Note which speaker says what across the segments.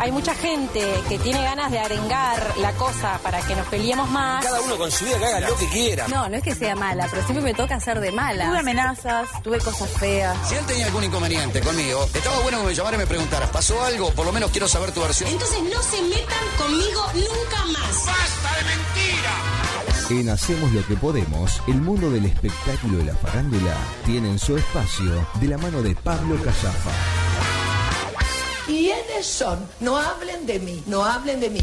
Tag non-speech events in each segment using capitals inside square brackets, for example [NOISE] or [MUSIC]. Speaker 1: hay mucha gente que tiene ganas de arengar la cosa para que nos peleemos más.
Speaker 2: Cada uno con su vida que haga lo que quiera.
Speaker 3: No, no es que sea mala, pero siempre me toca hacer de mala.
Speaker 4: Tuve amenazas, tuve cosas feas.
Speaker 2: Si él tenía algún inconveniente conmigo, estaba bueno que me llamara y me preguntaras, ¿pasó algo? Por lo menos quiero saber tu versión.
Speaker 5: Entonces no se metan conmigo nunca más.
Speaker 6: ¡Basta de mentira!
Speaker 7: En Hacemos lo que podemos, el mundo del espectáculo y la farándula tienen su espacio de la mano de Pablo Casafa.
Speaker 8: ¿Quiénes son? No hablen de mí, no hablen de mí.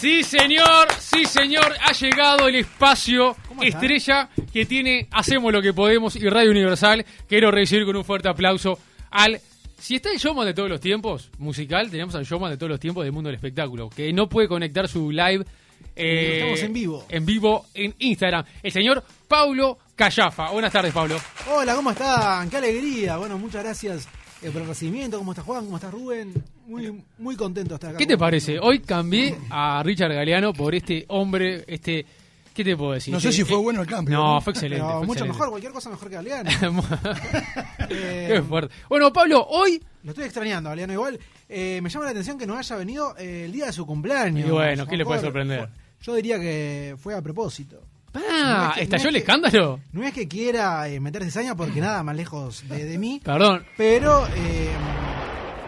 Speaker 9: Sí, señor, sí, señor, ha llegado el espacio estrella que tiene Hacemos lo que podemos y Radio Universal. Quiero recibir con un fuerte aplauso al. Si está el showman de todos los tiempos, musical, tenemos al showman de todos los tiempos del mundo del espectáculo, que no puede conectar su live. eh,
Speaker 10: Estamos en vivo.
Speaker 9: En vivo en Instagram. El señor Paulo Callafa. Buenas tardes, Pablo.
Speaker 10: Hola, ¿cómo están? ¡Qué alegría! Bueno, muchas gracias eh, por el recibimiento. ¿Cómo estás, Juan? ¿Cómo estás, Rubén? Muy, muy contento de estar acá.
Speaker 9: ¿Qué te parece? Hoy cambié a Richard Galeano por este hombre, este. ¿Qué te puedo decir?
Speaker 11: No sé si
Speaker 9: Eh,
Speaker 11: fue bueno el cambio.
Speaker 9: No, fue excelente.
Speaker 10: Pero
Speaker 9: fue
Speaker 10: mucho
Speaker 9: excelente.
Speaker 10: mejor, cualquier cosa mejor que Galeano.
Speaker 9: [LAUGHS]
Speaker 10: Eh,
Speaker 9: Qué fuerte. Bueno, Pablo, hoy.
Speaker 10: Lo estoy extrañando, Galeano. Igual eh, me llama la atención que no haya venido eh, el día de su cumpleaños.
Speaker 9: Y bueno, ¿qué le puede
Speaker 10: Mejor,
Speaker 9: sorprender?
Speaker 10: Yo diría que fue a propósito.
Speaker 9: ¡Pah!
Speaker 10: es que-
Speaker 9: ¿Estalló
Speaker 10: no
Speaker 9: el
Speaker 10: es que-
Speaker 9: escándalo?
Speaker 10: No es que quiera eh, meter cizaña porque nada más lejos de,
Speaker 9: [LAUGHS]
Speaker 10: de mí.
Speaker 9: Perdón.
Speaker 10: Pero, eh,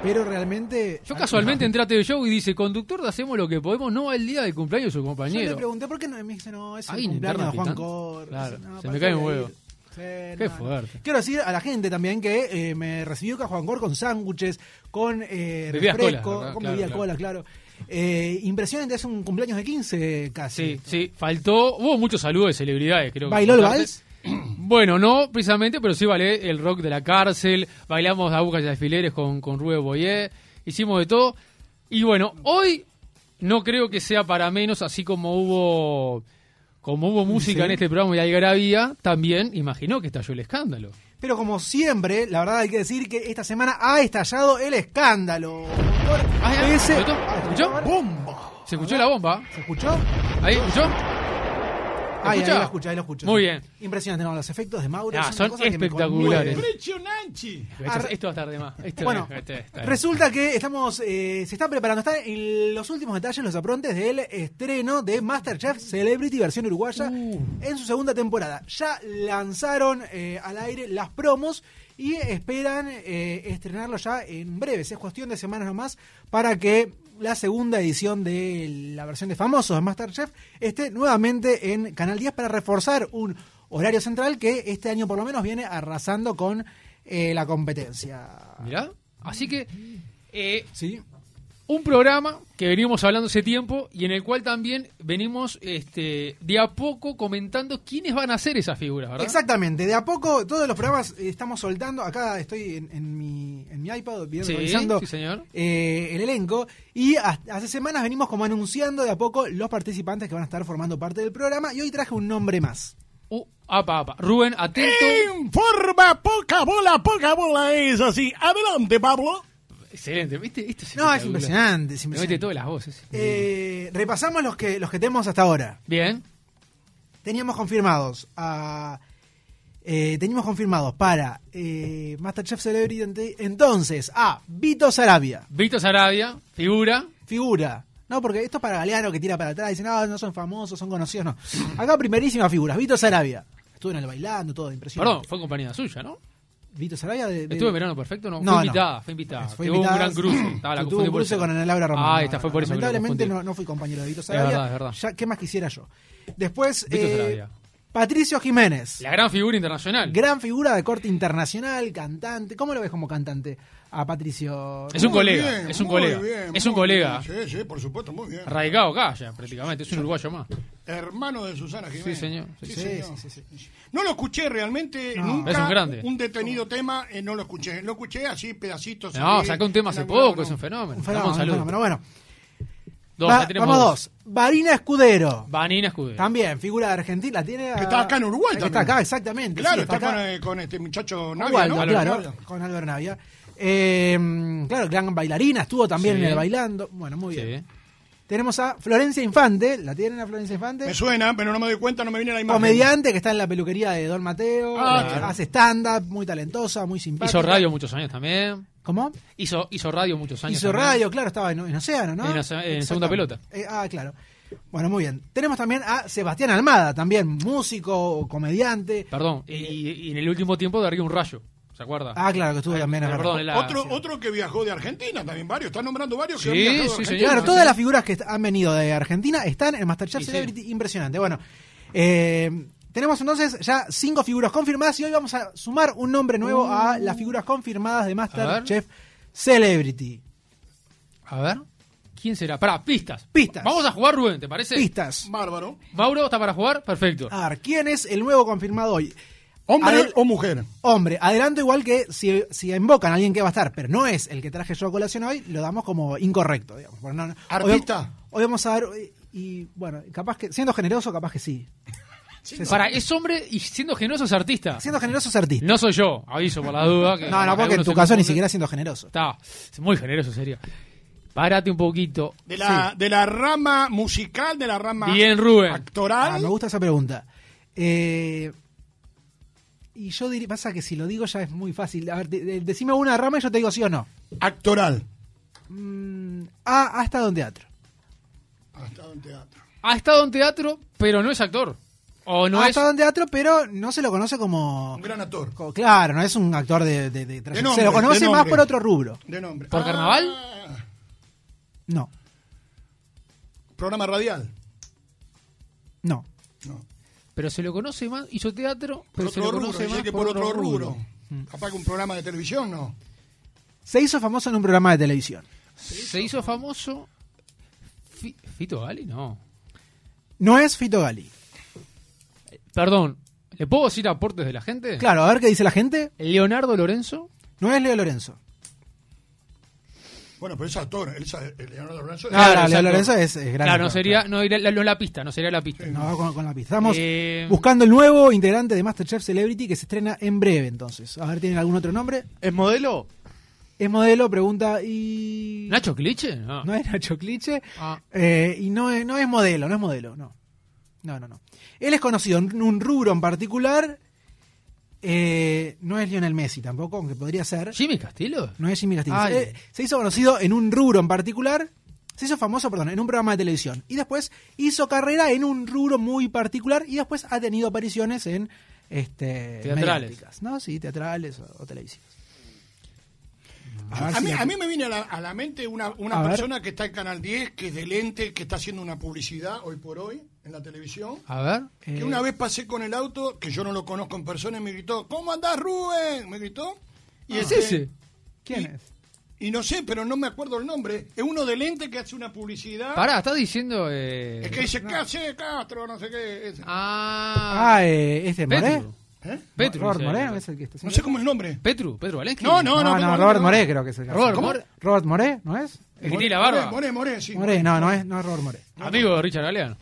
Speaker 10: pero realmente. Ah,
Speaker 9: Yo casualmente entré a TV Show y dice: Conductor de Hacemos lo que podemos, no va el día del cumpleaños de su
Speaker 10: Yo le
Speaker 9: compañero.
Speaker 10: pregunté por qué no. y Me dice, no, es el
Speaker 9: Ay,
Speaker 10: cumpleaños
Speaker 9: interna
Speaker 10: de Juan
Speaker 9: picante.
Speaker 10: Cor.
Speaker 9: Claro,
Speaker 10: No,
Speaker 9: se
Speaker 10: para
Speaker 9: me cae
Speaker 10: qué
Speaker 9: un
Speaker 10: voy a
Speaker 9: huevo.
Speaker 10: ir. Sí,
Speaker 9: Qué
Speaker 10: no, no.
Speaker 9: fuerte.
Speaker 10: Quiero decir a la gente también que eh, me recibió acá Juan Cor con sándwiches, con eh,
Speaker 9: Bebidas
Speaker 10: refresco,
Speaker 9: cola, ¿verdad?
Speaker 10: con
Speaker 9: Claro,
Speaker 10: bebida
Speaker 9: claro.
Speaker 10: cola, claro. Eh, impresionante, es un cumpleaños de 15 casi.
Speaker 9: Sí, sí, faltó. Hubo muchos saludos de celebridades, creo. que
Speaker 10: ¿Bailó el
Speaker 9: contarte.
Speaker 10: vals?
Speaker 9: Bueno, no precisamente, pero sí bailé el rock de la cárcel, bailamos agujas y alfileres con, con Rubén Boyer, hicimos de todo. Y bueno, hoy no creo que sea para menos, así como hubo como hubo música en este programa y algarabía, también imaginó que estalló el escándalo.
Speaker 10: Pero como siempre, la verdad hay que decir que esta semana ha estallado el escándalo.
Speaker 9: Ay, ay,
Speaker 10: Ese-
Speaker 9: ¿escuchó?
Speaker 10: Ah,
Speaker 9: ¿Escuchó?
Speaker 10: ahora. ¡Bomba!
Speaker 9: ¿Se escuchó la bomba?
Speaker 10: ¿Se escuchó?
Speaker 9: ¿Ahí escuchó?
Speaker 10: Ahí, ahí
Speaker 9: ¿Escuchá?
Speaker 10: lo escucho, ahí lo escucho.
Speaker 9: Muy bien.
Speaker 10: Impresionante, no, los efectos de Mauro
Speaker 9: Ah,
Speaker 10: es una
Speaker 9: son
Speaker 10: cosa que me
Speaker 9: espectaculares.
Speaker 10: conmueve.
Speaker 11: ¡Impresionante!
Speaker 9: Esto, esto va a estar de más. Esto-
Speaker 10: Bueno,
Speaker 9: este- este-
Speaker 10: resulta que estamos, eh, se están preparando, están en los últimos detalles, los aprontes del estreno de Masterchef Celebrity versión uruguaya
Speaker 9: Uh.
Speaker 10: en su segunda temporada. Ya lanzaron eh, al aire las promos y esperan eh, estrenarlo ya en breves. Es cuestión de semanas nomás para que la segunda edición de la versión de famosos de Masterchef esté nuevamente en Canal 10 para reforzar un horario central que este año por lo menos viene arrasando con eh, la competencia.
Speaker 9: Mirá. Así que eh,
Speaker 10: Sí.
Speaker 9: un programa que venimos hablando hace tiempo y en el cual también venimos este, de a poco comentando quiénes van a ser esas figuras, ¿verdad?
Speaker 10: Exactamente, de a poco todos los programas eh, estamos soltando, acá estoy en, en mi, en mi iPad viendo,
Speaker 9: Sí,
Speaker 10: revisando
Speaker 9: sí, señor.
Speaker 10: eh, el elenco y hasta- hace semanas venimos como anunciando de a poco los participantes que van a estar formando parte del programa y hoy traje un nombre más.
Speaker 9: Uh, apa, apa. Rubén, atento.
Speaker 11: Informa poca bola, poca bola es así. Adelante, Pablo.
Speaker 9: Excelente, ¿viste? Esto
Speaker 10: No, es
Speaker 9: espectacular.
Speaker 10: impresionante, es
Speaker 9: Me mete
Speaker 10: impresionante.
Speaker 9: todas las voces.
Speaker 10: Eh, repasamos los que, los que tenemos hasta ahora.
Speaker 9: Bien.
Speaker 10: Teníamos confirmados a... eh, teníamos confirmados para eh, Masterchef Celebrity entonces a Vito Sarabia.
Speaker 9: Víctor Sarabia, figura.
Speaker 10: figura. No, porque esto es para Galeano que tira para atrás. Dice, no, no son famosos, son conocidos, no. Acá primerísimas figuras. Vito Sarabia. Estuve en el bailando, todo, impresionante.
Speaker 9: Perdón, fue compañía suya, ¿no?
Speaker 10: Vito Sarabia de... de-
Speaker 9: ¿Estuve en verano perfecto? No,
Speaker 10: No,
Speaker 9: fue
Speaker 10: no.
Speaker 9: invitada, fue invitada.
Speaker 10: Fue
Speaker 9: Tuvo
Speaker 10: invitada.
Speaker 9: un gran cruce. Estaba, la
Speaker 10: Tuvo
Speaker 9: confundí
Speaker 10: un
Speaker 9: por
Speaker 10: cruce
Speaker 9: eso.
Speaker 10: con Ana Laura Román.
Speaker 9: Ah,
Speaker 10: No,
Speaker 9: esta
Speaker 10: no,
Speaker 9: fue por eso que la
Speaker 10: Lamentablemente
Speaker 9: confundí.
Speaker 10: no, no fui compañero de Vito Sarabia.
Speaker 9: verdad, es verdad.
Speaker 10: Ya, ¿Qué más quisiera yo? Después,
Speaker 9: Vito
Speaker 10: eh,
Speaker 9: Sarabia.
Speaker 10: Patricio Jiménez.
Speaker 9: La gran figura internacional.
Speaker 10: Gran figura de corte internacional, cantante. ¿Cómo lo ves como cantante a Patricio?
Speaker 9: Es un
Speaker 11: Muy
Speaker 9: colega,
Speaker 11: bien,
Speaker 9: es un
Speaker 11: muy
Speaker 9: colega,
Speaker 11: bien,
Speaker 9: es un
Speaker 11: muy
Speaker 9: colega.
Speaker 11: bien. Sí, sí, por supuesto, muy bien.
Speaker 9: Arraigado Gaya, prácticamente. Es un uruguayo más.
Speaker 11: Hermano de Susana Jiménez.
Speaker 9: señor.
Speaker 10: Sí,
Speaker 11: señor.
Speaker 10: sí, sí, sí.
Speaker 11: No lo escuché realmente nunca.
Speaker 9: Es un grande.
Speaker 11: detenido tema, eh, no lo escuché. Lo escuché así, pedacitos.
Speaker 9: No,
Speaker 11: así,
Speaker 9: sacó un tema
Speaker 11: en
Speaker 9: hace
Speaker 11: algún
Speaker 9: poco,
Speaker 11: lado,
Speaker 9: es un fenómeno.
Speaker 10: Un fenómeno,
Speaker 9: Damos
Speaker 10: un
Speaker 9: salud.
Speaker 10: fenómeno. Bueno,
Speaker 9: Dos,
Speaker 10: va-
Speaker 9: ya tenemos
Speaker 10: vamos dos. Varina Escudero.
Speaker 9: Vanina Escudero.
Speaker 10: También, figura de Argentina, la tiene. a-
Speaker 11: Está acá en Uruguay
Speaker 10: Está
Speaker 11: también.
Speaker 10: acá, exactamente.
Speaker 11: Claro,
Speaker 10: sí,
Speaker 11: está,
Speaker 10: acá.
Speaker 11: con, eh, con este muchacho Navia,
Speaker 10: Uruguay,
Speaker 11: ¿no?
Speaker 10: claro,
Speaker 11: Navia.
Speaker 10: claro, con Álvaro Navia. Eh, claro, gran bailarina, estuvo también
Speaker 9: Sí.
Speaker 10: en el bailando. Bueno, muy
Speaker 9: Sí.
Speaker 10: bien. Tenemos a Florencia Infante, ¿la tienen a Florencia Infante?
Speaker 11: Me suena, pero no me doy cuenta, no me viene la imagen.
Speaker 10: Comediante que está en la peluquería de Don Mateo,
Speaker 11: Ah,
Speaker 10: eh,
Speaker 11: claro.
Speaker 10: hace stand-up, muy talentosa, muy simpática.
Speaker 9: Hizo radio muchos años también.
Speaker 10: ¿Cómo?
Speaker 9: Hizo, hizo radio muchos años.
Speaker 10: Hizo
Speaker 9: también.
Speaker 10: radio, claro, estaba en, en Océano, ¿no?
Speaker 9: En Oce- en
Speaker 10: Exactamente.
Speaker 9: Segunda Pelota.
Speaker 10: Eh, ah, claro. Bueno, muy bien. Tenemos también a Sebastián Almada, también músico, comediante.
Speaker 9: Perdón, y, y en el último tiempo de Río un Rayo, ¿se acuerda?
Speaker 10: Eh, Ah, claro, que estuvo también. es verdad.
Speaker 9: eh, perdón, en la-
Speaker 11: Otro, otro que viajó de Argentina también, varios. Están nombrando varios
Speaker 9: Sí,
Speaker 11: que han viajado de
Speaker 9: sí,
Speaker 11: Argentina.
Speaker 9: señor.
Speaker 10: Claro, todas las figuras que han venido de Argentina están en Masterchef
Speaker 9: Y sí.
Speaker 10: Celebrity. Impresionante. Bueno, eh, tenemos entonces ya cinco figuras confirmadas y hoy vamos a sumar un nombre nuevo a
Speaker 9: Uh.
Speaker 10: las figuras confirmadas de Masterchef Celebrity.
Speaker 9: A ver, ¿quién será? Pará, pistas.
Speaker 10: Pistas.
Speaker 9: Vamos a jugar, Rubén, ¿te parece?
Speaker 10: Pistas.
Speaker 11: Bárbaro.
Speaker 9: Mauro, ¿está para jugar? Perfecto.
Speaker 10: A ver, ¿quién es el nuevo confirmado hoy?
Speaker 11: ¿Hombre
Speaker 10: Adel-
Speaker 11: o mujer?
Speaker 10: Hombre, adelanto igual que si, si invocan a alguien que va a estar, pero no es el que traje yo a colación hoy, lo damos como incorrecto, digamos. porque no- no-
Speaker 11: Artista.
Speaker 10: Hoy, hoy vamos a ver, eh, y bueno, capaz que, siendo generoso, capaz que sí.
Speaker 9: Para, es hombre y siendo generoso es artista.
Speaker 10: Siendo generoso es artista.
Speaker 9: No soy yo, aviso por la duda. que-
Speaker 10: [LAUGHS] No, no, porque en
Speaker 9: algunos
Speaker 10: tu
Speaker 9: se
Speaker 10: caso ni
Speaker 9: confunden.
Speaker 10: siquiera siendo generoso.
Speaker 9: Está, es muy generoso, serio. Párate un poquito.
Speaker 11: De la, de la rama musical, de la rama
Speaker 9: Bien, Rubén.
Speaker 10: Ah,
Speaker 11: actoral.
Speaker 10: me gusta esa pregunta. Eh, y yo diría, pasa que si lo digo ya es muy fácil. A ver, de- de- decime una rama y yo te digo sí o no.
Speaker 11: actoral.
Speaker 10: Mm, ha, ha estado en teatro.
Speaker 11: Ha estado Ah, en teatro.
Speaker 9: Ha estado en teatro, pero no es actor. O no
Speaker 10: ha
Speaker 9: es.
Speaker 10: estado en teatro, pero no se lo conoce como...
Speaker 11: Un gran actor.
Speaker 10: co- Claro, no es un actor de, de, de trayectoria.
Speaker 11: nombre,
Speaker 10: Se lo conoce
Speaker 11: de
Speaker 10: más
Speaker 11: nombre.
Speaker 10: por otro rubro.
Speaker 11: De nombre. Ah.
Speaker 9: ¿Por carnaval?
Speaker 10: No,
Speaker 11: Programa radial.
Speaker 10: no.
Speaker 11: No.
Speaker 9: Pero se lo conoce más. Hizo teatro,
Speaker 11: Por
Speaker 9: pero se lo
Speaker 11: otro rubro.
Speaker 9: conoce
Speaker 11: dice
Speaker 9: más
Speaker 11: que por otro rubro. Mm. Capaz que un programa de televisión, no.
Speaker 10: Se hizo famoso en un programa de televisión.
Speaker 9: Se hizo famoso. Fi- Fito Gali, no.
Speaker 10: No es Fito Gali.
Speaker 9: Perdón, ¿le puedo decir aportes de la gente?
Speaker 10: Claro, a ver qué dice la gente.
Speaker 9: Leonardo Lorenzo.
Speaker 10: No es Leo Lorenzo.
Speaker 11: Bueno, pero es actor. Él sabe- el Leonardo Lorenzo.
Speaker 10: Claro, Leo
Speaker 9: exacto.
Speaker 10: Lorenzo es, es gran
Speaker 9: Claro, no
Speaker 10: actor,
Speaker 9: sería, no iría- la, no la pista, no sería la
Speaker 11: Eh.
Speaker 9: pista.
Speaker 10: No, va con, con la pista. Estamos
Speaker 9: Eh,
Speaker 10: buscando el nuevo integrante de Masterchef Celebrity que se estrena en breve, entonces. A ver, ¿tienen algún otro nombre?
Speaker 12: ¿Es modelo?
Speaker 10: Es modelo, pregunta y...
Speaker 9: ¿Nacho Cliche? No. [LAUGHS]
Speaker 10: No es Nacho Cliche.
Speaker 9: Ah.
Speaker 10: Eh, y no es, no es modelo, no es modelo, no. No, no, no. Él es conocido en un rubro en particular. Eh, no es Lionel Messi tampoco, aunque podría ser.
Speaker 9: ¿Jimmy Castillo?
Speaker 10: No es Jimmy Castillo.
Speaker 9: Ay.
Speaker 10: Eh, se hizo conocido en un rubro en particular. Se hizo famoso, perdón, en un programa de televisión. Y después hizo carrera en un rubro muy particular. Y después ha tenido apariciones en. Este,
Speaker 9: Teatrales.
Speaker 10: mediáticas, ¿No? Sí, teatrales o, o televisivas.
Speaker 11: A,
Speaker 10: ver
Speaker 11: a
Speaker 10: si
Speaker 11: mí,
Speaker 10: la-
Speaker 11: a mí me viene a la, a la mente una,
Speaker 10: A
Speaker 11: una
Speaker 10: ver.
Speaker 11: persona que está en Canal 10, que es de lente, que está haciendo una publicidad hoy por hoy en la televisión.
Speaker 9: A ver.
Speaker 10: Eh,
Speaker 11: Que una vez pasé con el auto, que yo no lo conozco en persona, y me gritó, ¿Cómo andás, Rubén? Me gritó. Y
Speaker 9: ¿Es
Speaker 11: este-
Speaker 9: ese?
Speaker 10: ¿Quién es?
Speaker 11: Y no sé, pero no me acuerdo el nombre. Es uno de lente que hace una publicidad.
Speaker 9: Pará, estás diciendo. eh,
Speaker 11: Es que dice, ¿qué hace Castro? No sé qué. ese.
Speaker 9: Ah.
Speaker 10: Ah, eh, este Moré.
Speaker 9: Petru.
Speaker 11: ¿Eh?
Speaker 9: Petru.
Speaker 10: Robert
Speaker 9: dice.
Speaker 10: Moré, ¿no es el que está
Speaker 11: No
Speaker 10: haciendo
Speaker 11: sé cómo es el nombre.
Speaker 9: Petru, Pedro Valensky.
Speaker 11: No, no,
Speaker 10: No, no,
Speaker 11: no. no,
Speaker 10: Robert
Speaker 11: no.
Speaker 10: Moré creo que es el caso.
Speaker 9: Robert
Speaker 10: ¿Cómo?
Speaker 9: Moré.
Speaker 10: Robert Moré, ¿no es?
Speaker 9: El que tiene la barba.
Speaker 11: Moré, Moré, Moré, sí.
Speaker 10: Moré, no, no es, no es Robert Moré.
Speaker 9: Amigo de Richard Galeano.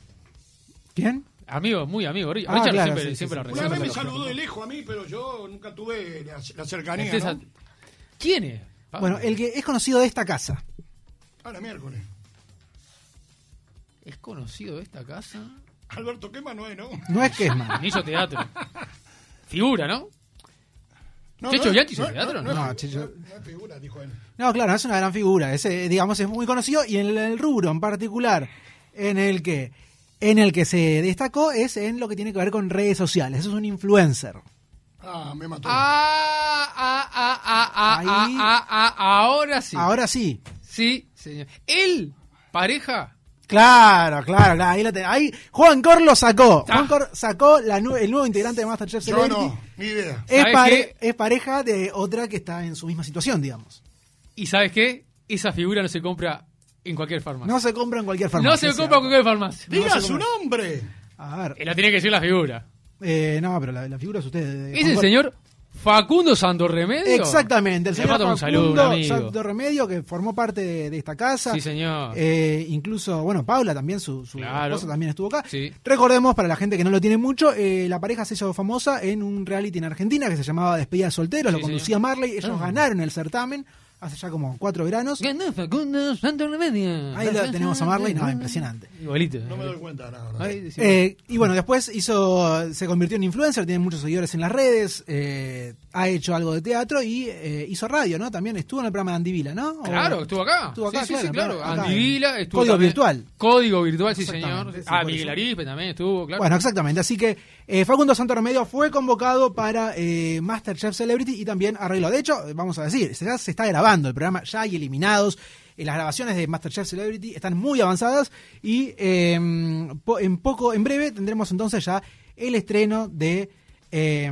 Speaker 10: ¿Quién?
Speaker 9: Amigo, muy amigo. Ri-
Speaker 10: Ah,
Speaker 9: Richard
Speaker 10: claro,
Speaker 9: siempre,
Speaker 10: sí, sí,
Speaker 9: siempre
Speaker 10: sí.
Speaker 9: lo
Speaker 11: Una
Speaker 9: recibe.
Speaker 11: vez me saludó de lejos a mí, pero yo nunca tuve la, la cercanía.
Speaker 9: Este es
Speaker 11: ¿no?
Speaker 9: a- ¿Quién es? Ah,
Speaker 10: Bueno, el que es conocido de esta casa.
Speaker 11: Ahora miércoles.
Speaker 9: ¿Es conocido de esta casa?
Speaker 11: Alberto Quema no es, ¿no?
Speaker 10: No es Kesman.
Speaker 9: [LAUGHS] Ni hizo teatro. Figura, ¿no?
Speaker 11: no
Speaker 9: Checho
Speaker 11: no,
Speaker 9: Bianchi hizo
Speaker 11: no,
Speaker 9: teatro,
Speaker 11: no,
Speaker 10: ¿no?
Speaker 11: no,
Speaker 10: Checho-
Speaker 11: no, no es figura, dijo él.
Speaker 10: No, claro, no es una gran figura. Es, eh, digamos, es muy conocido y en el, el rubro en particular en el que en el que se destacó es en lo que tiene que ver con redes sociales. Es un influencer.
Speaker 11: Ah, me mató.
Speaker 9: Ah, ah, ah, ah, ah,
Speaker 10: Ahí.
Speaker 9: ah, ah, ah, ahora sí.
Speaker 10: Ahora sí.
Speaker 9: Sí, señor. Él, pareja,
Speaker 10: Claro, claro, claro. Ahí, lo te- ahí Juan Cor lo sacó.
Speaker 9: Ah.
Speaker 10: Juan Cor sacó la nu- el nuevo integrante de Masterchef
Speaker 11: yo
Speaker 10: Celebrity.
Speaker 11: no, ni idea.
Speaker 10: Es,
Speaker 9: ¿Sabes
Speaker 10: pare-
Speaker 9: qué?
Speaker 10: es pareja de otra que está en su misma situación, digamos.
Speaker 9: y ¿sabes qué? Esa figura no se compra en cualquier farmacia.
Speaker 10: No se compra en cualquier
Speaker 9: No,
Speaker 10: farmacia.
Speaker 9: se
Speaker 10: o sea.
Speaker 9: compra en cualquier farmacia.
Speaker 11: ¡Diga su nombre!
Speaker 10: A ver,
Speaker 9: Eh, La tiene que decir la figura.
Speaker 10: eh, no, pero la, la figura es usted. eh, de- de
Speaker 9: Es el
Speaker 10: Concord.
Speaker 9: señor Facundo Santo Remedio.
Speaker 10: Exactamente, el
Speaker 9: Le
Speaker 10: señor
Speaker 9: mando un saludo, un
Speaker 10: Facundo
Speaker 9: amigo.
Speaker 10: Santo Remedio, que formó parte de, de esta casa.
Speaker 9: Sí, señor.
Speaker 10: Eh, incluso, bueno, Paula también, su, su
Speaker 9: Claro.
Speaker 10: esposa también estuvo acá.
Speaker 9: Sí.
Speaker 10: Recordemos, para la gente que no lo tiene mucho, eh, la pareja se hizo famosa en un reality en Argentina que se llamaba Despedida de Solteros,
Speaker 9: Sí, Ah.
Speaker 10: lo conducía Marley, ellos ganaron el certamen hace ya como cuatro veranos.
Speaker 9: Ganó Facundo Santo Remedio.
Speaker 10: Ahí
Speaker 9: [LAUGHS]
Speaker 10: lo tenemos a Marley, no, impresionante.
Speaker 9: Igualito. eh.
Speaker 11: No me doy cuenta ahora. ahora.
Speaker 9: Ahí, sí.
Speaker 10: Eh, y bueno, después hizo, se convirtió en influencer, tiene muchos seguidores en las redes, eh, ha hecho algo de teatro y eh, hizo radio, ¿no? También estuvo en el programa de Andivila, ¿no? ¿O-
Speaker 9: Claro, estuvo acá.
Speaker 10: oh. Estuvo acá,
Speaker 9: sí, sí, sí,
Speaker 10: claro,
Speaker 9: claro.
Speaker 10: acá.
Speaker 9: Andivila estuvo
Speaker 10: Código
Speaker 9: también.
Speaker 10: virtual.
Speaker 9: Código virtual, sí, señor.
Speaker 10: Exactamente, sí,
Speaker 9: Ah,
Speaker 10: por
Speaker 9: Miguel
Speaker 10: eso.
Speaker 9: Arispe también estuvo, claro.
Speaker 10: Bueno, exactamente. Así que eh, Facundo Santorremedio fue convocado para eh, Masterchef Celebrity y también arreglo. De hecho, vamos a decir, se, se está grabando el programa, ya hay eliminados. Eh, las grabaciones de Masterchef Celebrity están muy avanzadas y eh, po- en poco, en breve, tendremos entonces ya el estreno de eh,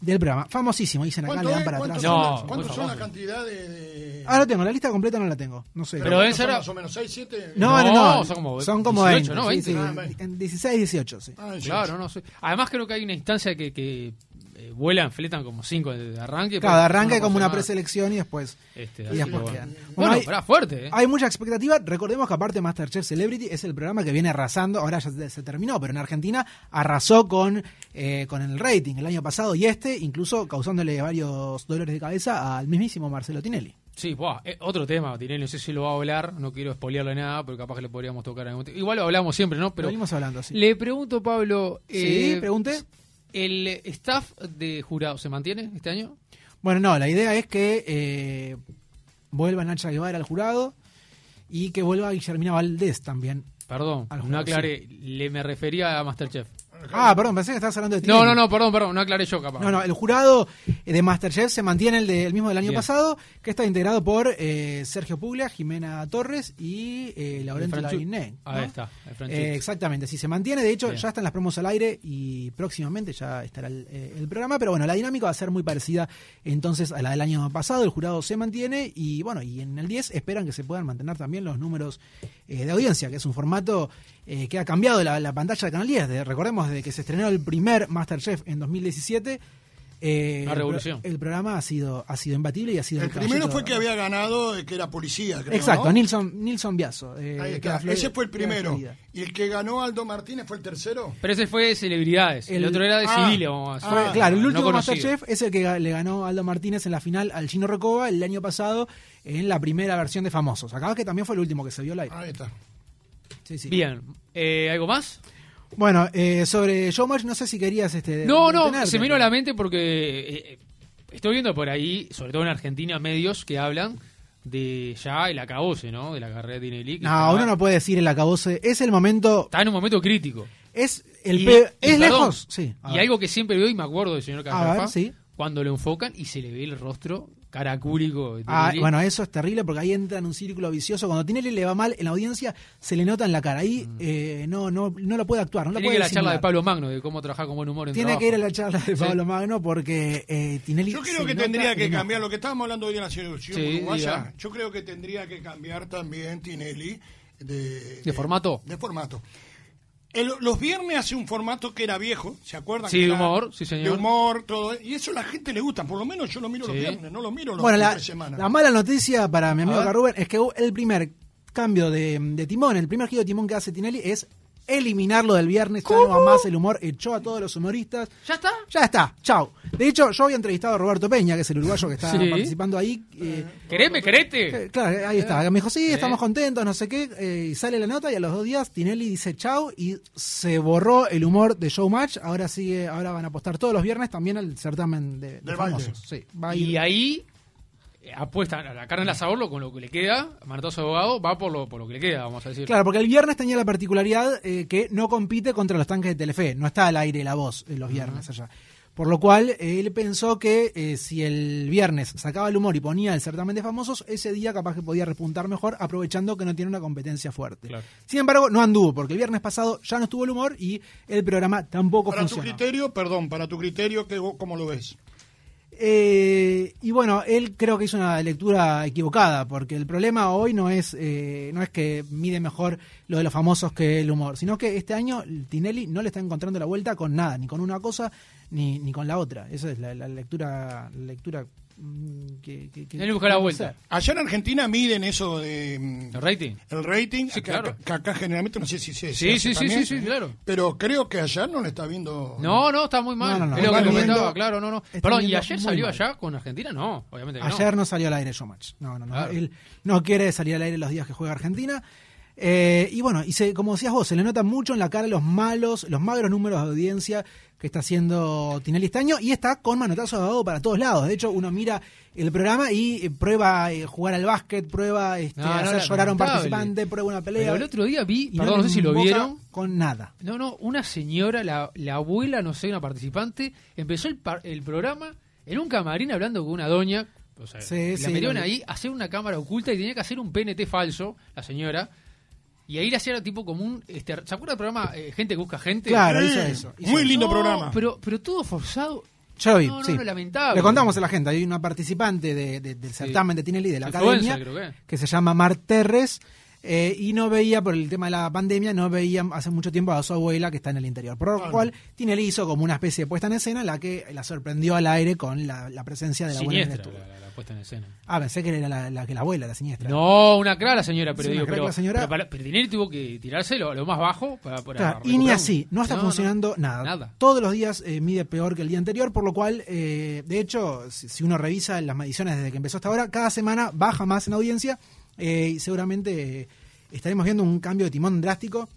Speaker 10: del programa. Famosísimo, dicen acá, le
Speaker 11: ¿Cuánto
Speaker 10: dan
Speaker 11: es?
Speaker 10: para
Speaker 11: ¿Cuánto
Speaker 10: atrás.
Speaker 11: son,
Speaker 9: No,
Speaker 11: las- cuánto
Speaker 9: muy
Speaker 11: son la
Speaker 9: famoso.
Speaker 11: cantidad de...? de-
Speaker 10: Ahora tengo, la lista completa no la tengo, no sé.
Speaker 9: Pero deben
Speaker 11: ¿cuántos son
Speaker 9: ser-
Speaker 11: Más o menos, ¿6, 7?
Speaker 10: no, no,
Speaker 9: No,
Speaker 10: no,
Speaker 9: son como
Speaker 10: son como
Speaker 9: 18,
Speaker 10: 20,
Speaker 9: ¿no? Ah,
Speaker 10: sí,
Speaker 9: 20.
Speaker 10: sí,
Speaker 11: Ah, 20.
Speaker 10: en 16, 18, sí.
Speaker 11: Ah,
Speaker 9: Claro, no sé. Además creo que hay una instancia que, que eh, vuelan, fletan como cinco de arranque.
Speaker 10: Claro,
Speaker 9: pero
Speaker 10: arranca
Speaker 9: uno
Speaker 10: como una
Speaker 9: por semana.
Speaker 10: preselección y después.
Speaker 9: Este,
Speaker 10: y
Speaker 9: así
Speaker 10: después
Speaker 9: que bueno.
Speaker 10: quedan.
Speaker 9: Bueno,
Speaker 10: Bueno, hay-
Speaker 9: pará, fuerte, ¿eh?
Speaker 10: Hay mucha expectativa. Recordemos que aparte Masterchef Celebrity es el programa que viene arrasando. Ahora ya se, se terminó, pero en Argentina arrasó con, eh, con el rating el año pasado y este, incluso causándole varios dolores de cabeza al mismísimo Marcelo Tinelli.
Speaker 9: Sí, buah, eh, otro tema, Tinelli, no sé si lo va a hablar, no quiero espolearle nada, porque capaz que lo podríamos tocar en algún momento. Igual lo hablamos siempre, ¿no?
Speaker 10: Pero
Speaker 9: Pero
Speaker 10: venimos hablando así.
Speaker 9: le pregunto, Pablo... eh,
Speaker 10: Sí, pregunte.
Speaker 9: ¿El staff de jurado se mantiene este año?
Speaker 10: Bueno, no, la idea es que eh, vuelva Nacha Guevara al jurado y que vuelva Guillermina Valdés también.
Speaker 9: Perdón,
Speaker 10: Al
Speaker 9: no
Speaker 10: jurado,
Speaker 9: aclaré, le me refería a Masterchef.
Speaker 10: Ah, perdón, pensé que estabas hablando de Tinelli.
Speaker 9: No, no, no, perdón, perdón, no aclaré yo capaz.
Speaker 10: No, no, el jurado eh, de Masterchef se mantiene el, de- el mismo del año
Speaker 9: Bien.
Speaker 10: pasado, que está integrado por eh, Sergio Puglia, Jimena Torres y eh, Laurent
Speaker 9: El Franchu-
Speaker 10: Lainé.
Speaker 9: Ahí está, el Franchu-
Speaker 10: Eh, exactamente, si se mantiene, de hecho,
Speaker 9: Bien.
Speaker 10: ya están las promos al aire y próximamente ya estará el, eh, el programa, pero bueno, la dinámica va a ser muy parecida entonces a la del año pasado, el jurado se mantiene y bueno, y en el 10 esperan que se puedan mantener también los números eh, de audiencia, que es un formato eh, que ha cambiado la, la pantalla de Canal 10, de- recordemos desde que se estrenó el primer Masterchef en 2017. eh,
Speaker 9: Una
Speaker 10: el pro-
Speaker 9: revolución.
Speaker 10: El, programa ha sido, ha sido imbatible y ha sido
Speaker 11: El
Speaker 10: caballito-
Speaker 11: primero fue que había ganado, eh, que era policía, creo,
Speaker 10: Exacto,
Speaker 11: ¿no?
Speaker 10: Nilson, Nilson Biaso. eh,
Speaker 11: Ahí
Speaker 10: que
Speaker 11: está.
Speaker 10: era Flor-
Speaker 11: Ese fue el
Speaker 10: que era
Speaker 11: primero.
Speaker 10: Florida.
Speaker 11: ¿Y el que ganó Aldo Martínez fue el tercero?
Speaker 9: Pero ese fue de celebridades, el,
Speaker 10: El-
Speaker 9: otro era de
Speaker 11: Ah,
Speaker 9: civiles, vamos a decir.
Speaker 10: Fue, claro, el
Speaker 9: No
Speaker 10: último
Speaker 9: conocido.
Speaker 10: Masterchef es el que ga- le ganó Aldo Martínez en la final al Chino Recoba el año pasado en la primera versión de Famosos. Acá que también fue el último que se vio live.
Speaker 11: Ahí está.
Speaker 10: Sí, sí.
Speaker 9: Ah, Bien, eh, ¿algo más?
Speaker 10: Bueno, eh, sobre Showmatch, no sé si querías este.
Speaker 9: No, no,
Speaker 10: detenerte.
Speaker 9: se me vino a la mente porque eh, eh, estoy viendo por ahí, sobre todo en Argentina, medios que hablan de ya el acabose, ¿no? De la carrera de Tinelli. que
Speaker 10: No,
Speaker 9: está-
Speaker 10: uno no puede decir el acabose. Es el momento.
Speaker 9: Está en un momento crítico.
Speaker 10: Es el.
Speaker 9: Y-
Speaker 10: pe-
Speaker 9: y
Speaker 10: ¿Es
Speaker 9: perdón,
Speaker 10: lejos? Sí. a
Speaker 9: Y
Speaker 10: ver.
Speaker 9: algo que siempre veo y me acuerdo del señor
Speaker 10: A ver,
Speaker 9: Cajafa,
Speaker 10: sí.
Speaker 9: cuando lo enfocan y se le ve el rostro caracúrico. de
Speaker 10: Ah,
Speaker 9: Tinelli.
Speaker 10: bueno, eso es terrible porque ahí entra en un círculo vicioso. Cuando Tinelli le va mal en la audiencia, se le nota en la cara. Ahí eh, no, no, no lo puede actuar. No lo
Speaker 9: Mm. Tiene que
Speaker 10: puede
Speaker 9: ir a la charla de
Speaker 10: disimular.
Speaker 9: Pablo Magno de cómo trabajar con buen humor en
Speaker 10: Tiene
Speaker 9: trabajo.
Speaker 10: que ir a la charla de
Speaker 9: Sí.
Speaker 10: Pablo Magno porque eh, Tinelli.
Speaker 11: Yo
Speaker 10: se
Speaker 11: creo que
Speaker 10: nota
Speaker 11: tendría que
Speaker 10: enojo.
Speaker 11: cambiar lo que estábamos hablando hoy en la selección
Speaker 9: Sí,
Speaker 11: uruguaya.
Speaker 9: diga.
Speaker 11: Yo creo que tendría que cambiar también Tinelli de,
Speaker 9: ¿De formato?
Speaker 11: De formato. El- los viernes hace un formato que era viejo, ¿se acuerdan?
Speaker 9: Sí,
Speaker 11: Que
Speaker 9: de
Speaker 11: era
Speaker 9: humor, sí, señor.
Speaker 11: De humor, todo. Y eso a la gente le gusta, por lo menos yo lo miro
Speaker 9: Sí.
Speaker 11: los viernes, no lo miro los
Speaker 10: Bueno,
Speaker 11: fines
Speaker 10: la,
Speaker 11: de semana.
Speaker 10: la mala noticia para mi amigo
Speaker 9: ver.
Speaker 10: Carrubén es que el primer cambio de, de timón, el primer giro de timón que hace Tinelli es eliminarlo del viernes. Ya no va más el humor, echó a todos los humoristas.
Speaker 9: ¿Ya está?
Speaker 10: Ya está, chau. De hecho, yo había entrevistado a Roberto Peña, que es el uruguayo que está
Speaker 9: Sí.
Speaker 10: participando ahí. eh,
Speaker 9: ¿Quereme, querete?
Speaker 10: eh, claro, ahí está. Me dijo, sí, estamos contentos, no sé qué. eh, y sale la nota y a los dos días Tinelli dice chau y se borró el humor de Showmatch. Ahora sigue, ahora van a apostar todos los viernes también al certamen de, de
Speaker 11: Del
Speaker 10: famosos. Sí, va a ir-
Speaker 9: Y ahí eh, apuesta a la carne al asador lo- con lo que le queda. Martoso Abogado va por lo, por lo que le queda, vamos a decir.
Speaker 10: Claro, porque el viernes tenía la particularidad eh, que no compite contra los tanques de Telefe, no está al aire la voz eh, los viernes allá. Por lo cual, eh, él pensó que eh, si el viernes sacaba el humor y ponía el certamen de famosos, ese día capaz que podía repuntar mejor, aprovechando que no tiene una competencia fuerte.
Speaker 9: Claro.
Speaker 10: Sin embargo, no anduvo, porque el viernes pasado ya no estuvo el humor y el programa tampoco
Speaker 11: para tu
Speaker 10: funcionó.
Speaker 11: criterio, perdón, para tu criterio, ¿qué- ¿cómo lo ves?
Speaker 10: Eh, y bueno, él creo que hizo una lectura equivocada, porque el problema hoy no es, eh, no es que mide mejor lo de los famosos que el humor, sino que este año Tinelli no le está encontrando la vuelta con nada, ni con una cosa ni, ni con la otra. Esa es la, la lectura, la lectura mm, que, que, que-
Speaker 9: Él busca la
Speaker 10: que
Speaker 9: vuelta.
Speaker 10: hacer.
Speaker 11: Allá en Argentina miden eso de mm,
Speaker 9: ¿El rating?
Speaker 11: el rating,
Speaker 9: Sí,
Speaker 11: que,
Speaker 9: claro.
Speaker 11: acá, que acá generalmente no sé si se se
Speaker 9: Sí,
Speaker 11: hace
Speaker 9: sí, sí,
Speaker 11: también,
Speaker 9: sí, sí, claro.
Speaker 11: Pero creo que allá no le está viendo.
Speaker 9: No, no, está muy mal.
Speaker 10: Oh, No, no, no.
Speaker 9: Es lo que
Speaker 11: Está
Speaker 9: comentaba,
Speaker 11: viendo-
Speaker 9: claro, no, no.
Speaker 10: está
Speaker 9: Perdón, ¿y
Speaker 10: viendo
Speaker 9: ayer
Speaker 10: muy
Speaker 9: salió
Speaker 10: mal.
Speaker 9: allá con Argentina? No, obviamente que no.
Speaker 10: Ayer no. salió al aire Showmatch. No, no, no.
Speaker 9: Claro.
Speaker 10: Él no quiere salir al aire los días que juega Argentina. Eh, y bueno, y se, como decías vos, se le nota mucho en la cara los malos, los magros números de audiencia que está haciendo Tinelli este año y está con manotazos dado para todos lados. De hecho, uno mira el programa y eh, prueba eh, jugar al básquet, prueba este,
Speaker 9: No, no,
Speaker 10: hacer
Speaker 9: lamentable.
Speaker 10: llorar a un participante, prueba una pelea.
Speaker 9: Pero el otro día vi,
Speaker 10: y
Speaker 9: perdón, no sé si lo
Speaker 10: emboca
Speaker 9: vieron.
Speaker 10: Con nada.
Speaker 9: No, no, una señora, la, la abuela, no sé, una participante, empezó el, par- el programa en un camarín hablando con una doña. O sea,
Speaker 10: Sí,
Speaker 9: la
Speaker 10: sí,
Speaker 9: metieron
Speaker 10: lo vi.
Speaker 9: ahí, hacer una cámara oculta y tenía que hacer un PNT falso, la señora. Y ahí le hacía tipo como un. Este, ¿Se acuerda del programa eh, Gente que busca gente?
Speaker 10: Claro,
Speaker 11: Sí,
Speaker 10: hizo eso. hizo
Speaker 11: Mm. Muy
Speaker 10: eso.
Speaker 11: lindo
Speaker 9: No,
Speaker 11: programa.
Speaker 9: Pero, pero todo forzado.
Speaker 10: Yo lo vi,
Speaker 9: No, no,
Speaker 10: sí.
Speaker 9: no, lamentable.
Speaker 10: Le contamos a la gente, hay una participante de- de- del certamen de Tinelli de la
Speaker 9: Influencer,
Speaker 10: academia
Speaker 9: creo que.
Speaker 10: que se llama Mar Terres eh, y no veía por el tema de la pandemia, no veía hace mucho tiempo a su abuela que está en el interior. Por lo cual Tinelli hizo como una especie de puesta en escena en la que la sorprendió al aire con la, la presencia de la abuela en el
Speaker 9: Siniestra la,
Speaker 10: estudio.
Speaker 9: la- la puesta en escena.
Speaker 10: Ah, pensé que era la, la, que la abuela, la siniestra.
Speaker 9: No, una clara la señora, pero
Speaker 10: Sí, una
Speaker 9: digo,
Speaker 10: crack
Speaker 9: pero,
Speaker 10: la señora.
Speaker 9: pero para- pero Tinelli tuvo que tirarse lo, lo más bajo para, para
Speaker 10: Claro, y ni
Speaker 9: recuperar.
Speaker 10: así, no está funcionando nada.
Speaker 9: Nada.
Speaker 10: Todos los días eh, mide peor que el día anterior, por lo cual, eh, de hecho, si, si uno revisa las mediciones desde que empezó hasta ahora, cada semana baja más en audiencia eh, y seguramente eh, estaremos viendo un cambio de timón drástico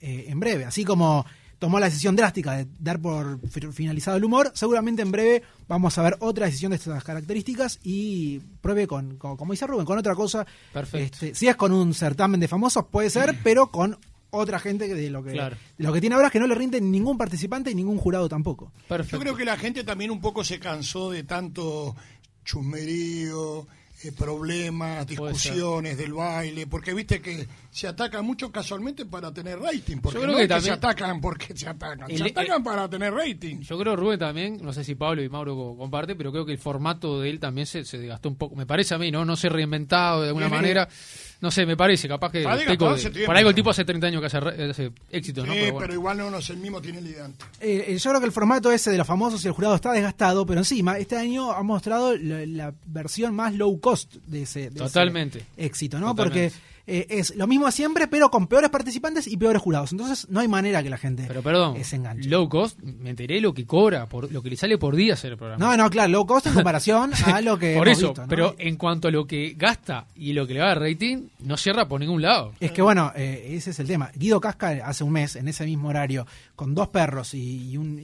Speaker 10: eh, en breve. Así como tomó la decisión drástica de dar por fi- finalizado el humor, seguramente en breve vamos a ver otra decisión de estas características y pruebe con, con- como dice Rubén, con otra cosa.
Speaker 9: Perfecto.
Speaker 10: Este, si es con un certamen de famosos, puede ser, pero con otra gente que de lo que,
Speaker 9: Claro.
Speaker 10: de lo que tiene ahora es que no le rinde ningún participante y ningún jurado tampoco.
Speaker 9: Perfecto.
Speaker 11: Yo creo que la gente también un poco se cansó de tanto chusmerío, eh, problemas,
Speaker 9: Puede ser.
Speaker 11: discusiones del baile, porque viste que se atacan mucho casualmente para tener rating, porque
Speaker 9: Yo creo
Speaker 11: no
Speaker 9: que
Speaker 11: es que se
Speaker 9: también-
Speaker 11: atacan porque se atacan,
Speaker 9: El- e-
Speaker 11: se atacan para tener rating.
Speaker 9: Yo creo, Rubén, también, no sé si Pablo y Mauro co- comparten, pero creo que el formato de él también se, se desgastó un poco. Me parece a mí, ¿no? No se ha reinventado de alguna
Speaker 11: Tiene-
Speaker 9: manera. No sé, me parece, capaz que...
Speaker 11: Está
Speaker 9: estoy
Speaker 11: desgastado
Speaker 9: con-
Speaker 11: hace tiempo.
Speaker 9: por algo el tipo hace 30 años que hace, re- eh, hace éxito, ¿no?
Speaker 11: Sí,
Speaker 9: Pero
Speaker 11: pero,
Speaker 9: bueno.
Speaker 11: igual no, no es el mismo tiene el idante.
Speaker 10: Eh, eh, yo creo que el formato ese de los famosos y el jurado está desgastado, pero encima este año ha mostrado la, la versión más low cost de ese, de ese
Speaker 9: Totalmente.
Speaker 10: éxito, ¿no?
Speaker 9: Totalmente.
Speaker 10: Porque eh, es lo mismo de siempre, pero con peores participantes y peores jurados. Entonces no hay manera que la gente
Speaker 9: Pero perdón,
Speaker 10: eh, se enganche.
Speaker 9: low cost, me enteré lo que cobra, por, lo que le sale por día hacer el programa.
Speaker 10: No, no, claro, low cost en comparación a lo
Speaker 9: [LAUGHS]
Speaker 10: que.
Speaker 9: por
Speaker 10: hemos
Speaker 9: eso,
Speaker 10: visto, ¿no?
Speaker 9: pero en cuanto a lo que gasta y lo que le va a rating, no cierra por ningún lado.
Speaker 10: Es que bueno, eh, ese es el tema. Guido Casca hace un mes, en ese mismo horario, con dos perros y, y un- y-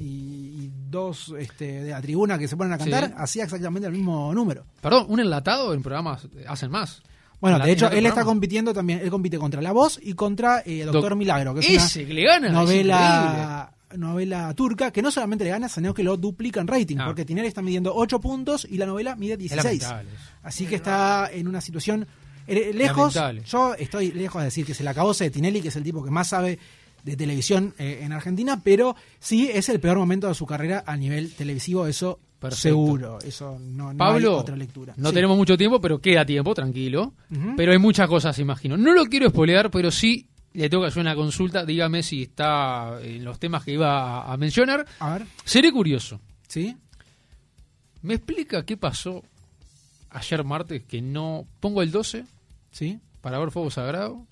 Speaker 10: y dos este, de la tribuna que se ponen a cantar,
Speaker 9: Sí.
Speaker 10: hacía exactamente el mismo número.
Speaker 9: Perdón, un enlatado en programas eh, hacen más.
Speaker 10: Bueno,
Speaker 9: En la-
Speaker 10: de
Speaker 9: en
Speaker 10: hecho,
Speaker 9: otro
Speaker 10: él está
Speaker 9: programa.
Speaker 10: compitiendo también, él compite contra La Voz y contra eh, Doctor
Speaker 9: Doc-
Speaker 10: Milagro, que es
Speaker 9: Ese
Speaker 10: una
Speaker 9: que le gana, es
Speaker 10: novela, novela turca que no solamente le gana, sino que lo duplica en rating,
Speaker 9: Ah.
Speaker 10: porque Tinelli está midiendo 8 puntos y la novela mide 16.
Speaker 9: lamentable eso.
Speaker 10: Así que está en una situación eh, lejos,
Speaker 9: Lamentable.
Speaker 10: yo estoy lejos de decir que se la acabó de Tinelli, que es el tipo que más sabe de televisión eh, en Argentina, pero sí es el peor momento de su carrera a nivel televisivo, eso
Speaker 9: Perfecto.
Speaker 10: seguro, eso no, no
Speaker 9: Pablo,
Speaker 10: hay otra lectura.
Speaker 9: no
Speaker 10: Sí.
Speaker 9: tenemos mucho tiempo, pero queda tiempo, tranquilo.
Speaker 10: Ujú.
Speaker 9: Pero hay muchas cosas, imagino. No lo quiero spoilear, pero sí le tengo que hacer una consulta. Dígame si está en los temas que iba a, a mencionar.
Speaker 10: A ver,
Speaker 9: Seré curioso.
Speaker 10: ¿sí?
Speaker 9: ¿Me explica qué pasó ayer martes que no pongo el 12
Speaker 10: ¿Sí?
Speaker 9: para ver Fuego Sagrado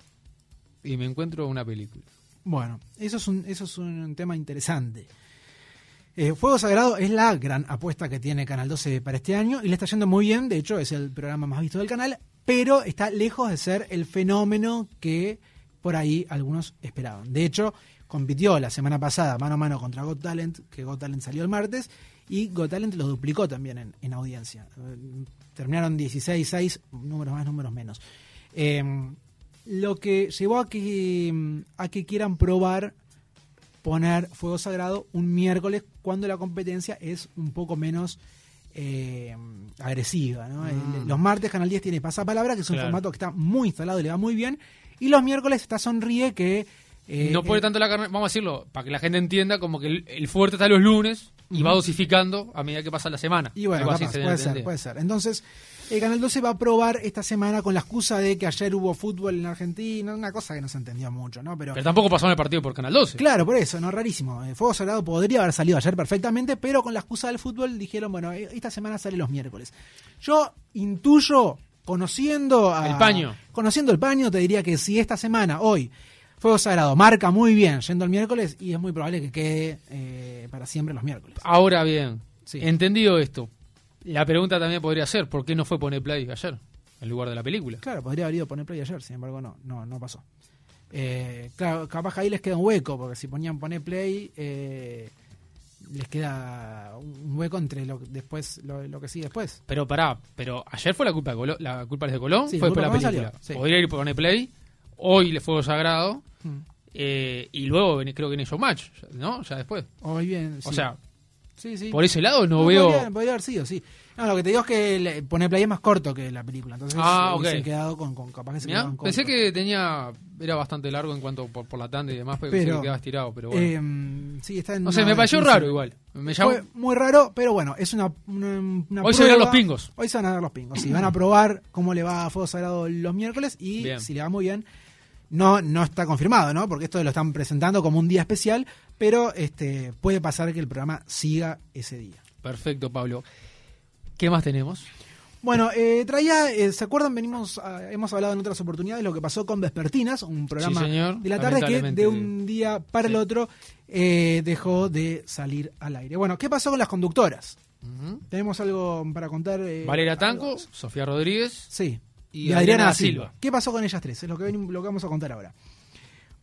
Speaker 9: y me encuentro una película?
Speaker 10: Bueno, eso es un, eso es un tema interesante. Eh, Fuego Sagrado es la gran apuesta que tiene Canal 12 para este año y le está yendo muy bien, de hecho es el programa más visto del canal, pero está lejos de ser el fenómeno que por ahí algunos esperaban. De hecho, compitió la semana pasada mano a mano contra Got Talent, que Got Talent salió el martes, y Got Talent lo duplicó también en, en audiencia. Eh, Terminaron 16-6, números más, números menos. Em, lo que llevó a que, a que quieran probar poner fuego sagrado un miércoles cuando la competencia es un poco menos eh, agresiva. ¿no? El- Los martes Canal 10 tiene Pasapalabra, que es
Speaker 9: Mm.
Speaker 10: un
Speaker 9: Claro.
Speaker 10: formato que está muy instalado y le va muy bien. Y los miércoles está Sonríe, que... eh,
Speaker 9: no pone
Speaker 10: eh,
Speaker 9: tanto la carne, vamos a decirlo, para que la gente entienda, como que el, el fuerte está los lunes y va dosificando a medida que pasa la semana.
Speaker 10: Y bueno,
Speaker 9: Algo así
Speaker 10: capaz,
Speaker 9: se
Speaker 10: puede
Speaker 9: entendía.
Speaker 10: ser, puede ser. Entonces, el Canal 12 va a probar esta semana con la excusa de que ayer hubo fútbol en Argentina, una cosa que no se entendió mucho, ¿no? Pero,
Speaker 9: Pero tampoco pasó en el partido por Canal 12.
Speaker 10: Claro, por eso, no rarísimo. Eh, Fuego Sagrado podría haber salido ayer perfectamente, pero con la excusa del fútbol dijeron, bueno, eh, esta semana sale los miércoles. Yo intuyo, conociendo a-
Speaker 9: El paño.
Speaker 10: Conociendo el paño, te diría que si esta semana, hoy, Fuego Sagrado marca muy bien yendo el miércoles, y es muy probable que quede eh, para siempre los miércoles.
Speaker 9: Ahora bien,
Speaker 10: Sí.
Speaker 9: entendido esto, la pregunta también podría ser, ¿por qué no fue poner play ayer? en lugar de la película.
Speaker 10: Claro, podría haber ido a poner play ayer, sin embargo, no, no, no pasó. Eh, claro, capaz que ahí les queda un hueco, porque si ponían poner play, eh, les queda un hueco entre lo, después, lo, lo que sigue después.
Speaker 9: Pero pará, pero ayer fue la culpa de Colón, la culpa es de Colón,
Speaker 10: Sí,
Speaker 9: fue
Speaker 10: culpa
Speaker 9: por la
Speaker 10: de Colón
Speaker 9: película.
Speaker 10: salió, sí. Mm.
Speaker 9: Podría ir por One Play, hoy le fue sagrado, eh, y luego ven- creo que en Showmatch, ¿no? Ya después.
Speaker 10: Hoy bien,
Speaker 9: O
Speaker 10: sí.
Speaker 9: sea,
Speaker 10: Sí, sí.
Speaker 9: por ese lado no veo-
Speaker 10: Podría, podría haber sido, sí. No, lo que te digo es que le- poner play es más corto que la película. Entonces,
Speaker 9: Ah,
Speaker 10: eh,
Speaker 9: ok.
Speaker 10: se han quedado con, con- capaz que se
Speaker 9: mirá,
Speaker 10: quedaban cortos.
Speaker 9: pensé que tenía, era bastante largo en cuanto por, por la tanda y demás, pero, pensé que quedaba estirado, pero bueno.
Speaker 10: em, sí, está en
Speaker 9: no sé,
Speaker 10: una
Speaker 9: me
Speaker 10: hora
Speaker 9: pareció
Speaker 10: 15.
Speaker 9: raro igual. Me llamó-
Speaker 10: Fue muy raro, pero bueno, es una, una- una
Speaker 9: Hoy se verán
Speaker 10: prueba.
Speaker 9: los pingos.
Speaker 10: Hoy se van a dar los pingos. Sí, van a probar cómo le va a Fuego Sagrado los miércoles y
Speaker 9: Bien.
Speaker 10: si le va muy bien. No, no está confirmado, ¿no? Porque esto lo están presentando como un día especial, pero este puede pasar que el programa siga ese día.
Speaker 9: Perfecto, Pablo. ¿Qué más tenemos?
Speaker 10: Bueno, eh, traía, eh, ¿se acuerdan? Venimos, a- hemos hablado en otras oportunidades lo que pasó con Vespertinas, un programa
Speaker 9: Sí, señor.
Speaker 10: de la tarde que
Speaker 9: Lamentablemente.
Speaker 10: de un día para el otro eh, dejó de salir al aire. Bueno, ¿qué pasó con las conductoras?
Speaker 9: Ujú.
Speaker 10: Tenemos algo para contar. eh,
Speaker 9: Valeria
Speaker 10: algo?
Speaker 9: Tanco, Sofía Rodríguez.
Speaker 10: Sí.
Speaker 9: Y
Speaker 10: Y, Adriana,
Speaker 9: Adriana
Speaker 10: Silva.
Speaker 9: Silva.
Speaker 10: ¿Qué pasó con ellas tres? Es lo que, venimos- lo que vamos a contar ahora.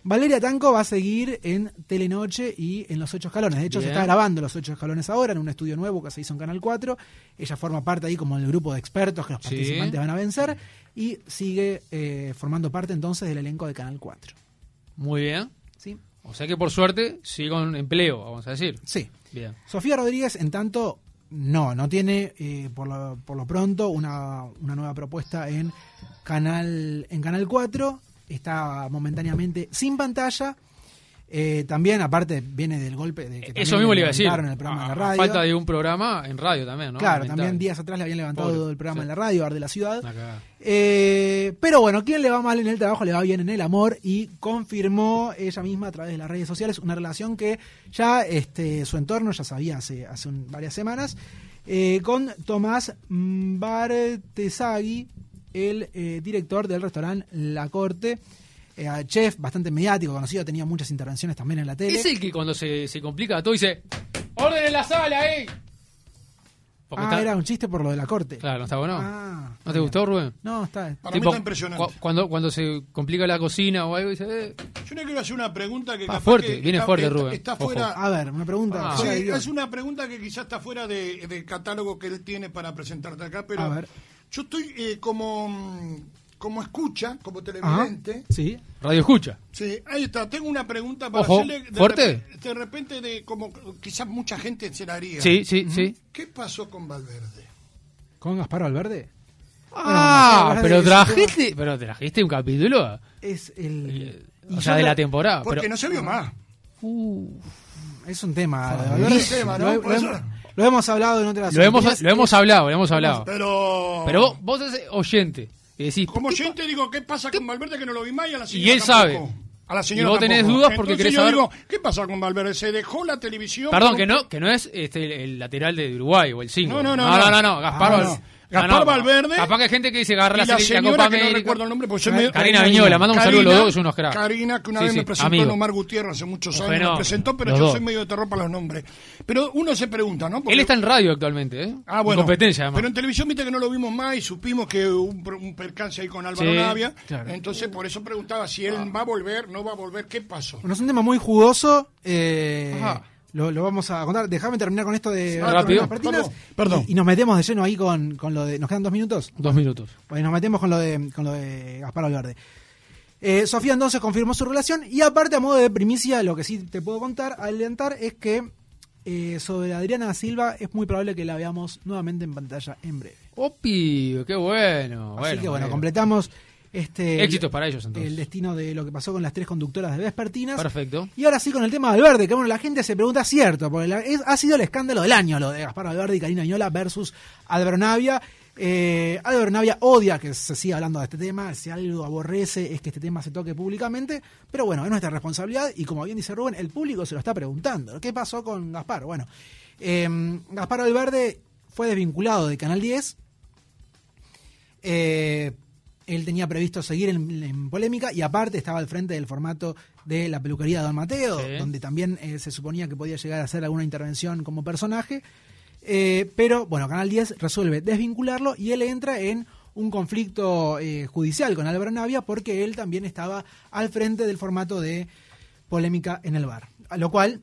Speaker 10: Valeria Tanco va a seguir en Telenoche y en Los Ocho Escalones. De hecho,
Speaker 9: Bien.
Speaker 10: se está grabando Los Ocho Escalones ahora en un estudio nuevo que se hizo en Canal 4. Ella forma parte ahí como del grupo de expertos que los
Speaker 9: Sí.
Speaker 10: participantes van a vencer y sigue eh, formando parte entonces del elenco de Canal 4.
Speaker 9: Muy bien.
Speaker 10: ¿Sí?
Speaker 9: O sea que por suerte sigue con empleo, vamos a decir.
Speaker 10: Sí.
Speaker 9: Bien.
Speaker 10: Sofía Rodríguez, en tanto, no, no tiene eh, por, lo, por lo pronto una, una nueva propuesta en Canal, en Canal 4. Está momentáneamente sin pantalla. Eh, también, aparte, viene del golpe de que
Speaker 9: Eso
Speaker 10: también
Speaker 9: mismo le
Speaker 10: le
Speaker 9: iba a decir.
Speaker 10: levantaron el programa de
Speaker 9: A-
Speaker 10: la
Speaker 9: a
Speaker 10: radio.
Speaker 9: Falta de un programa en radio también, ¿no?
Speaker 10: claro,
Speaker 9: Lamentable.
Speaker 10: también días atrás le habían levantado
Speaker 9: Pobre,
Speaker 10: el programa
Speaker 9: sí.
Speaker 10: en la radio, Ar de la Ciudad.
Speaker 9: Una cagada.
Speaker 10: Eh, pero bueno, quien le va mal en el trabajo le va bien en el amor y confirmó ella misma a través de las redes sociales una relación que ya este, su entorno ya sabía hace, hace un- varias semanas eh, con Tomás Bartesagui, el eh, director del restaurante La Corte, eh, chef bastante mediático, conocido, tenía muchas intervenciones también en la tele.
Speaker 9: Es el que cuando se, se complica todo dice: ¡Orden en la sala, eh! Porque
Speaker 10: ah,
Speaker 9: está-
Speaker 10: era un chiste por lo de La Corte.
Speaker 9: Claro, no está bueno.
Speaker 10: Ah,
Speaker 9: ¿No te gustó, Rubén?
Speaker 10: No, está...
Speaker 11: Para mí está impresionante.
Speaker 9: cu- cuando, cuando se complica la cocina o algo, dice: eh,
Speaker 11: Yo le quiero hacer una pregunta que
Speaker 9: Está
Speaker 11: capaz
Speaker 9: fuerte,
Speaker 11: que
Speaker 9: viene
Speaker 11: está-
Speaker 9: fuerte,
Speaker 11: está-
Speaker 9: Rubén.
Speaker 11: Está
Speaker 9: Ojo.
Speaker 11: fuera,
Speaker 10: A ver, una pregunta.
Speaker 9: Ah.
Speaker 11: Sí,
Speaker 10: fuera de guión.
Speaker 11: es una pregunta que quizás está fuera de, del catálogo que él tiene para presentarte acá, pero
Speaker 10: A ver.
Speaker 11: yo estoy eh, como, mm, como escucha, como televidente.
Speaker 10: Ajá, Sí.
Speaker 9: Radio escucha.
Speaker 11: Sí, ahí está. Tengo una pregunta para
Speaker 9: Ojo,
Speaker 11: hacerle. De
Speaker 9: ¿fuerte?
Speaker 11: repe- de repente, de como quizás mucha gente se la haría.
Speaker 9: Sí, sí, sí.
Speaker 11: ¿Qué pasó con Valverde?
Speaker 10: ¿Con Gaspar Valverde?
Speaker 9: Ah,
Speaker 10: Bueno,
Speaker 9: pero
Speaker 10: Marcelo Valverde es
Speaker 9: trajiste, pero trajiste un capítulo. eh,
Speaker 10: Es el. y
Speaker 9: O
Speaker 10: yo
Speaker 9: sea, de
Speaker 10: lo-
Speaker 9: la temporada.
Speaker 11: Porque
Speaker 9: pero-
Speaker 11: no se vio más.
Speaker 10: Es un tema. la
Speaker 11: mí
Speaker 10: verdad,
Speaker 11: Ah, es tema, ¿no?
Speaker 10: lo,
Speaker 11: Por eso-
Speaker 10: lo- lo hemos hablado en otras.
Speaker 9: Lo hemos,
Speaker 10: oportunidades.
Speaker 9: lo hemos hablado, lo hemos hablado.
Speaker 11: Pero.
Speaker 9: Pero vos, vos sos oyente. Y decís,
Speaker 11: Como oyente digo, ¿qué pasa con Valverde que no lo vi más y a la señora
Speaker 9: Y él
Speaker 11: tampoco?
Speaker 9: sabe.
Speaker 11: A la señora
Speaker 9: Y vos tenés
Speaker 11: tampoco.
Speaker 9: dudas porque
Speaker 11: Entonces
Speaker 9: querés
Speaker 11: yo
Speaker 9: saber-
Speaker 11: digo, ¿qué pasa con Valverde? Se dejó la televisión.
Speaker 9: perdón,
Speaker 11: por
Speaker 9: que
Speaker 11: un-
Speaker 9: no, que no es este, el, el lateral de Uruguay o el 5.
Speaker 11: No, no, no,
Speaker 9: No, no,
Speaker 11: no.
Speaker 9: no, no, Gaspar,
Speaker 11: Ah,
Speaker 9: Val-
Speaker 11: no.
Speaker 9: no,
Speaker 11: Gaspar
Speaker 9: no.
Speaker 11: Valverde
Speaker 9: Capaz que hay gente que dice agarra
Speaker 11: Y la
Speaker 9: serie,
Speaker 11: señora
Speaker 9: Copa
Speaker 11: que no
Speaker 9: América.
Speaker 11: recuerdo el nombre, porque yo me-
Speaker 9: Karina Viñola, mando un saludo a los
Speaker 11: Karina-
Speaker 9: dos, que son unos cracks.
Speaker 11: Karina, que una
Speaker 9: Sí,
Speaker 11: vez
Speaker 9: sí,
Speaker 11: me presentó
Speaker 9: amigo.
Speaker 11: en Omar Gutiérrez hace muchos
Speaker 9: Un
Speaker 11: años,
Speaker 9: fenómeno,
Speaker 11: me presentó, pero
Speaker 9: los
Speaker 11: yo
Speaker 9: dos.
Speaker 11: soy medio de terror para los nombres. Pero uno se pregunta, ¿no? Porque-
Speaker 9: Él está en radio actualmente, ¿eh?
Speaker 11: Ah, bueno.
Speaker 9: En competencia, además.
Speaker 11: Pero en televisión, viste que no lo vimos más y supimos que hubo un, per- un percance ahí con Álvaro
Speaker 9: Sí,
Speaker 11: Navia.
Speaker 9: claro.
Speaker 11: Entonces, por eso preguntaba si él va a volver, no va a volver, ¿qué pasó?
Speaker 10: Bueno, es un tema muy jugoso. eh,
Speaker 9: Ajá.
Speaker 10: lo, lo vamos a contar. Déjame terminar con esto de.
Speaker 11: Ah,
Speaker 9: rápido.
Speaker 10: Partinas.
Speaker 11: Vamos, perdón.
Speaker 10: Eh, Y, y nos metemos de lleno ahí con, con lo de. ¿Nos quedan dos minutos?
Speaker 9: Dos minutos.
Speaker 10: Pues nos metemos con lo de, con lo de Gaspar Valverde. Eh, Sofía entonces confirmó su relación y aparte a modo de primicia lo que sí te puedo contar, adelantar es que eh, sobre Adriana Silva es muy probable que la veamos nuevamente en pantalla en breve.
Speaker 11: Oh,
Speaker 9: Opi, qué bueno.
Speaker 10: Así que bueno,
Speaker 9: amigo.
Speaker 10: completamos este
Speaker 9: Éxitos para ellos, entonces.
Speaker 10: el destino de lo que pasó con las tres conductoras de Vespertinas.
Speaker 9: Perfecto.
Speaker 10: Y ahora sí con el tema de Valverde, que bueno, la gente se pregunta, cierto, porque la- es- ha sido el escándalo del año lo de Gaspar Valverde y Karina Añola versus Álvaro Navia. Eh, Álvaro Navia odia que se siga hablando de este tema, si algo aborrece es que este tema se toque públicamente, pero bueno, es nuestra responsabilidad y como bien dice Rubén, el público se lo está preguntando. ¿Qué pasó con Gaspar? Bueno, eh, Gaspar Valverde fue desvinculado de Canal 10 eh, él tenía previsto seguir en, en polémica y aparte estaba al frente del formato de la peluquería de Don Mateo,
Speaker 9: Sí.
Speaker 10: donde también eh, se suponía que podía llegar a hacer alguna intervención como personaje. Eh, pero bueno, Canal 10 resuelve desvincularlo y él entra en un conflicto eh, judicial con Álvaro Navia porque él también estaba al frente del formato de polémica en el bar. A lo cual,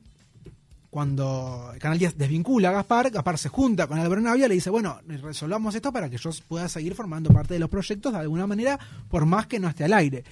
Speaker 10: cuando Canal 10 desvincula a Gaspar, Gaspar se junta con Álvaro Navia, le dice, bueno, resolvamos esto para que yo pueda seguir formando parte de los proyectos de alguna manera, por más que no esté al aire.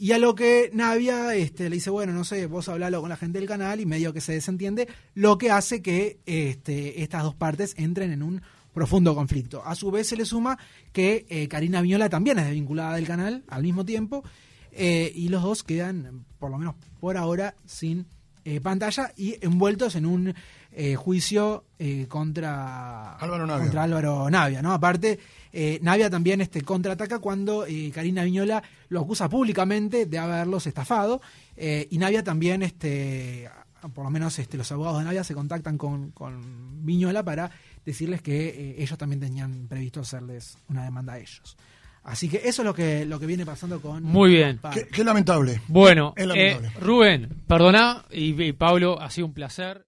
Speaker 10: Y a lo que Navia este, le dice, bueno, no sé, vos hablalo con la gente del canal y medio que se desentiende, lo que hace que este, estas dos partes entren en un profundo conflicto. A su vez se le suma que eh, Karina Viola también es desvinculada del canal al mismo tiempo eh, y los dos quedan, por lo menos por ahora, sin eh, pantalla y envueltos en un eh, juicio eh, contra
Speaker 11: Álvaro Navia.
Speaker 10: contra Álvaro Navia, ¿no? Aparte, eh, Navia también este, contraataca cuando eh, Karina Viñola lo acusa públicamente de haberlos estafado eh, y Navia también, este, por lo menos este, los abogados de Navia se contactan con, con Viñola para decirles que eh, ellos también tenían previsto hacerles una demanda a ellos. Así que eso es lo que, lo que viene pasando con...
Speaker 9: Muy bien.
Speaker 10: Gaspar.
Speaker 11: Qué, qué lamentable.
Speaker 9: Bueno,
Speaker 11: Es
Speaker 9: eh,
Speaker 11: lamentable.
Speaker 9: Rubén, perdoná y, y Pablo, ha sido un placer.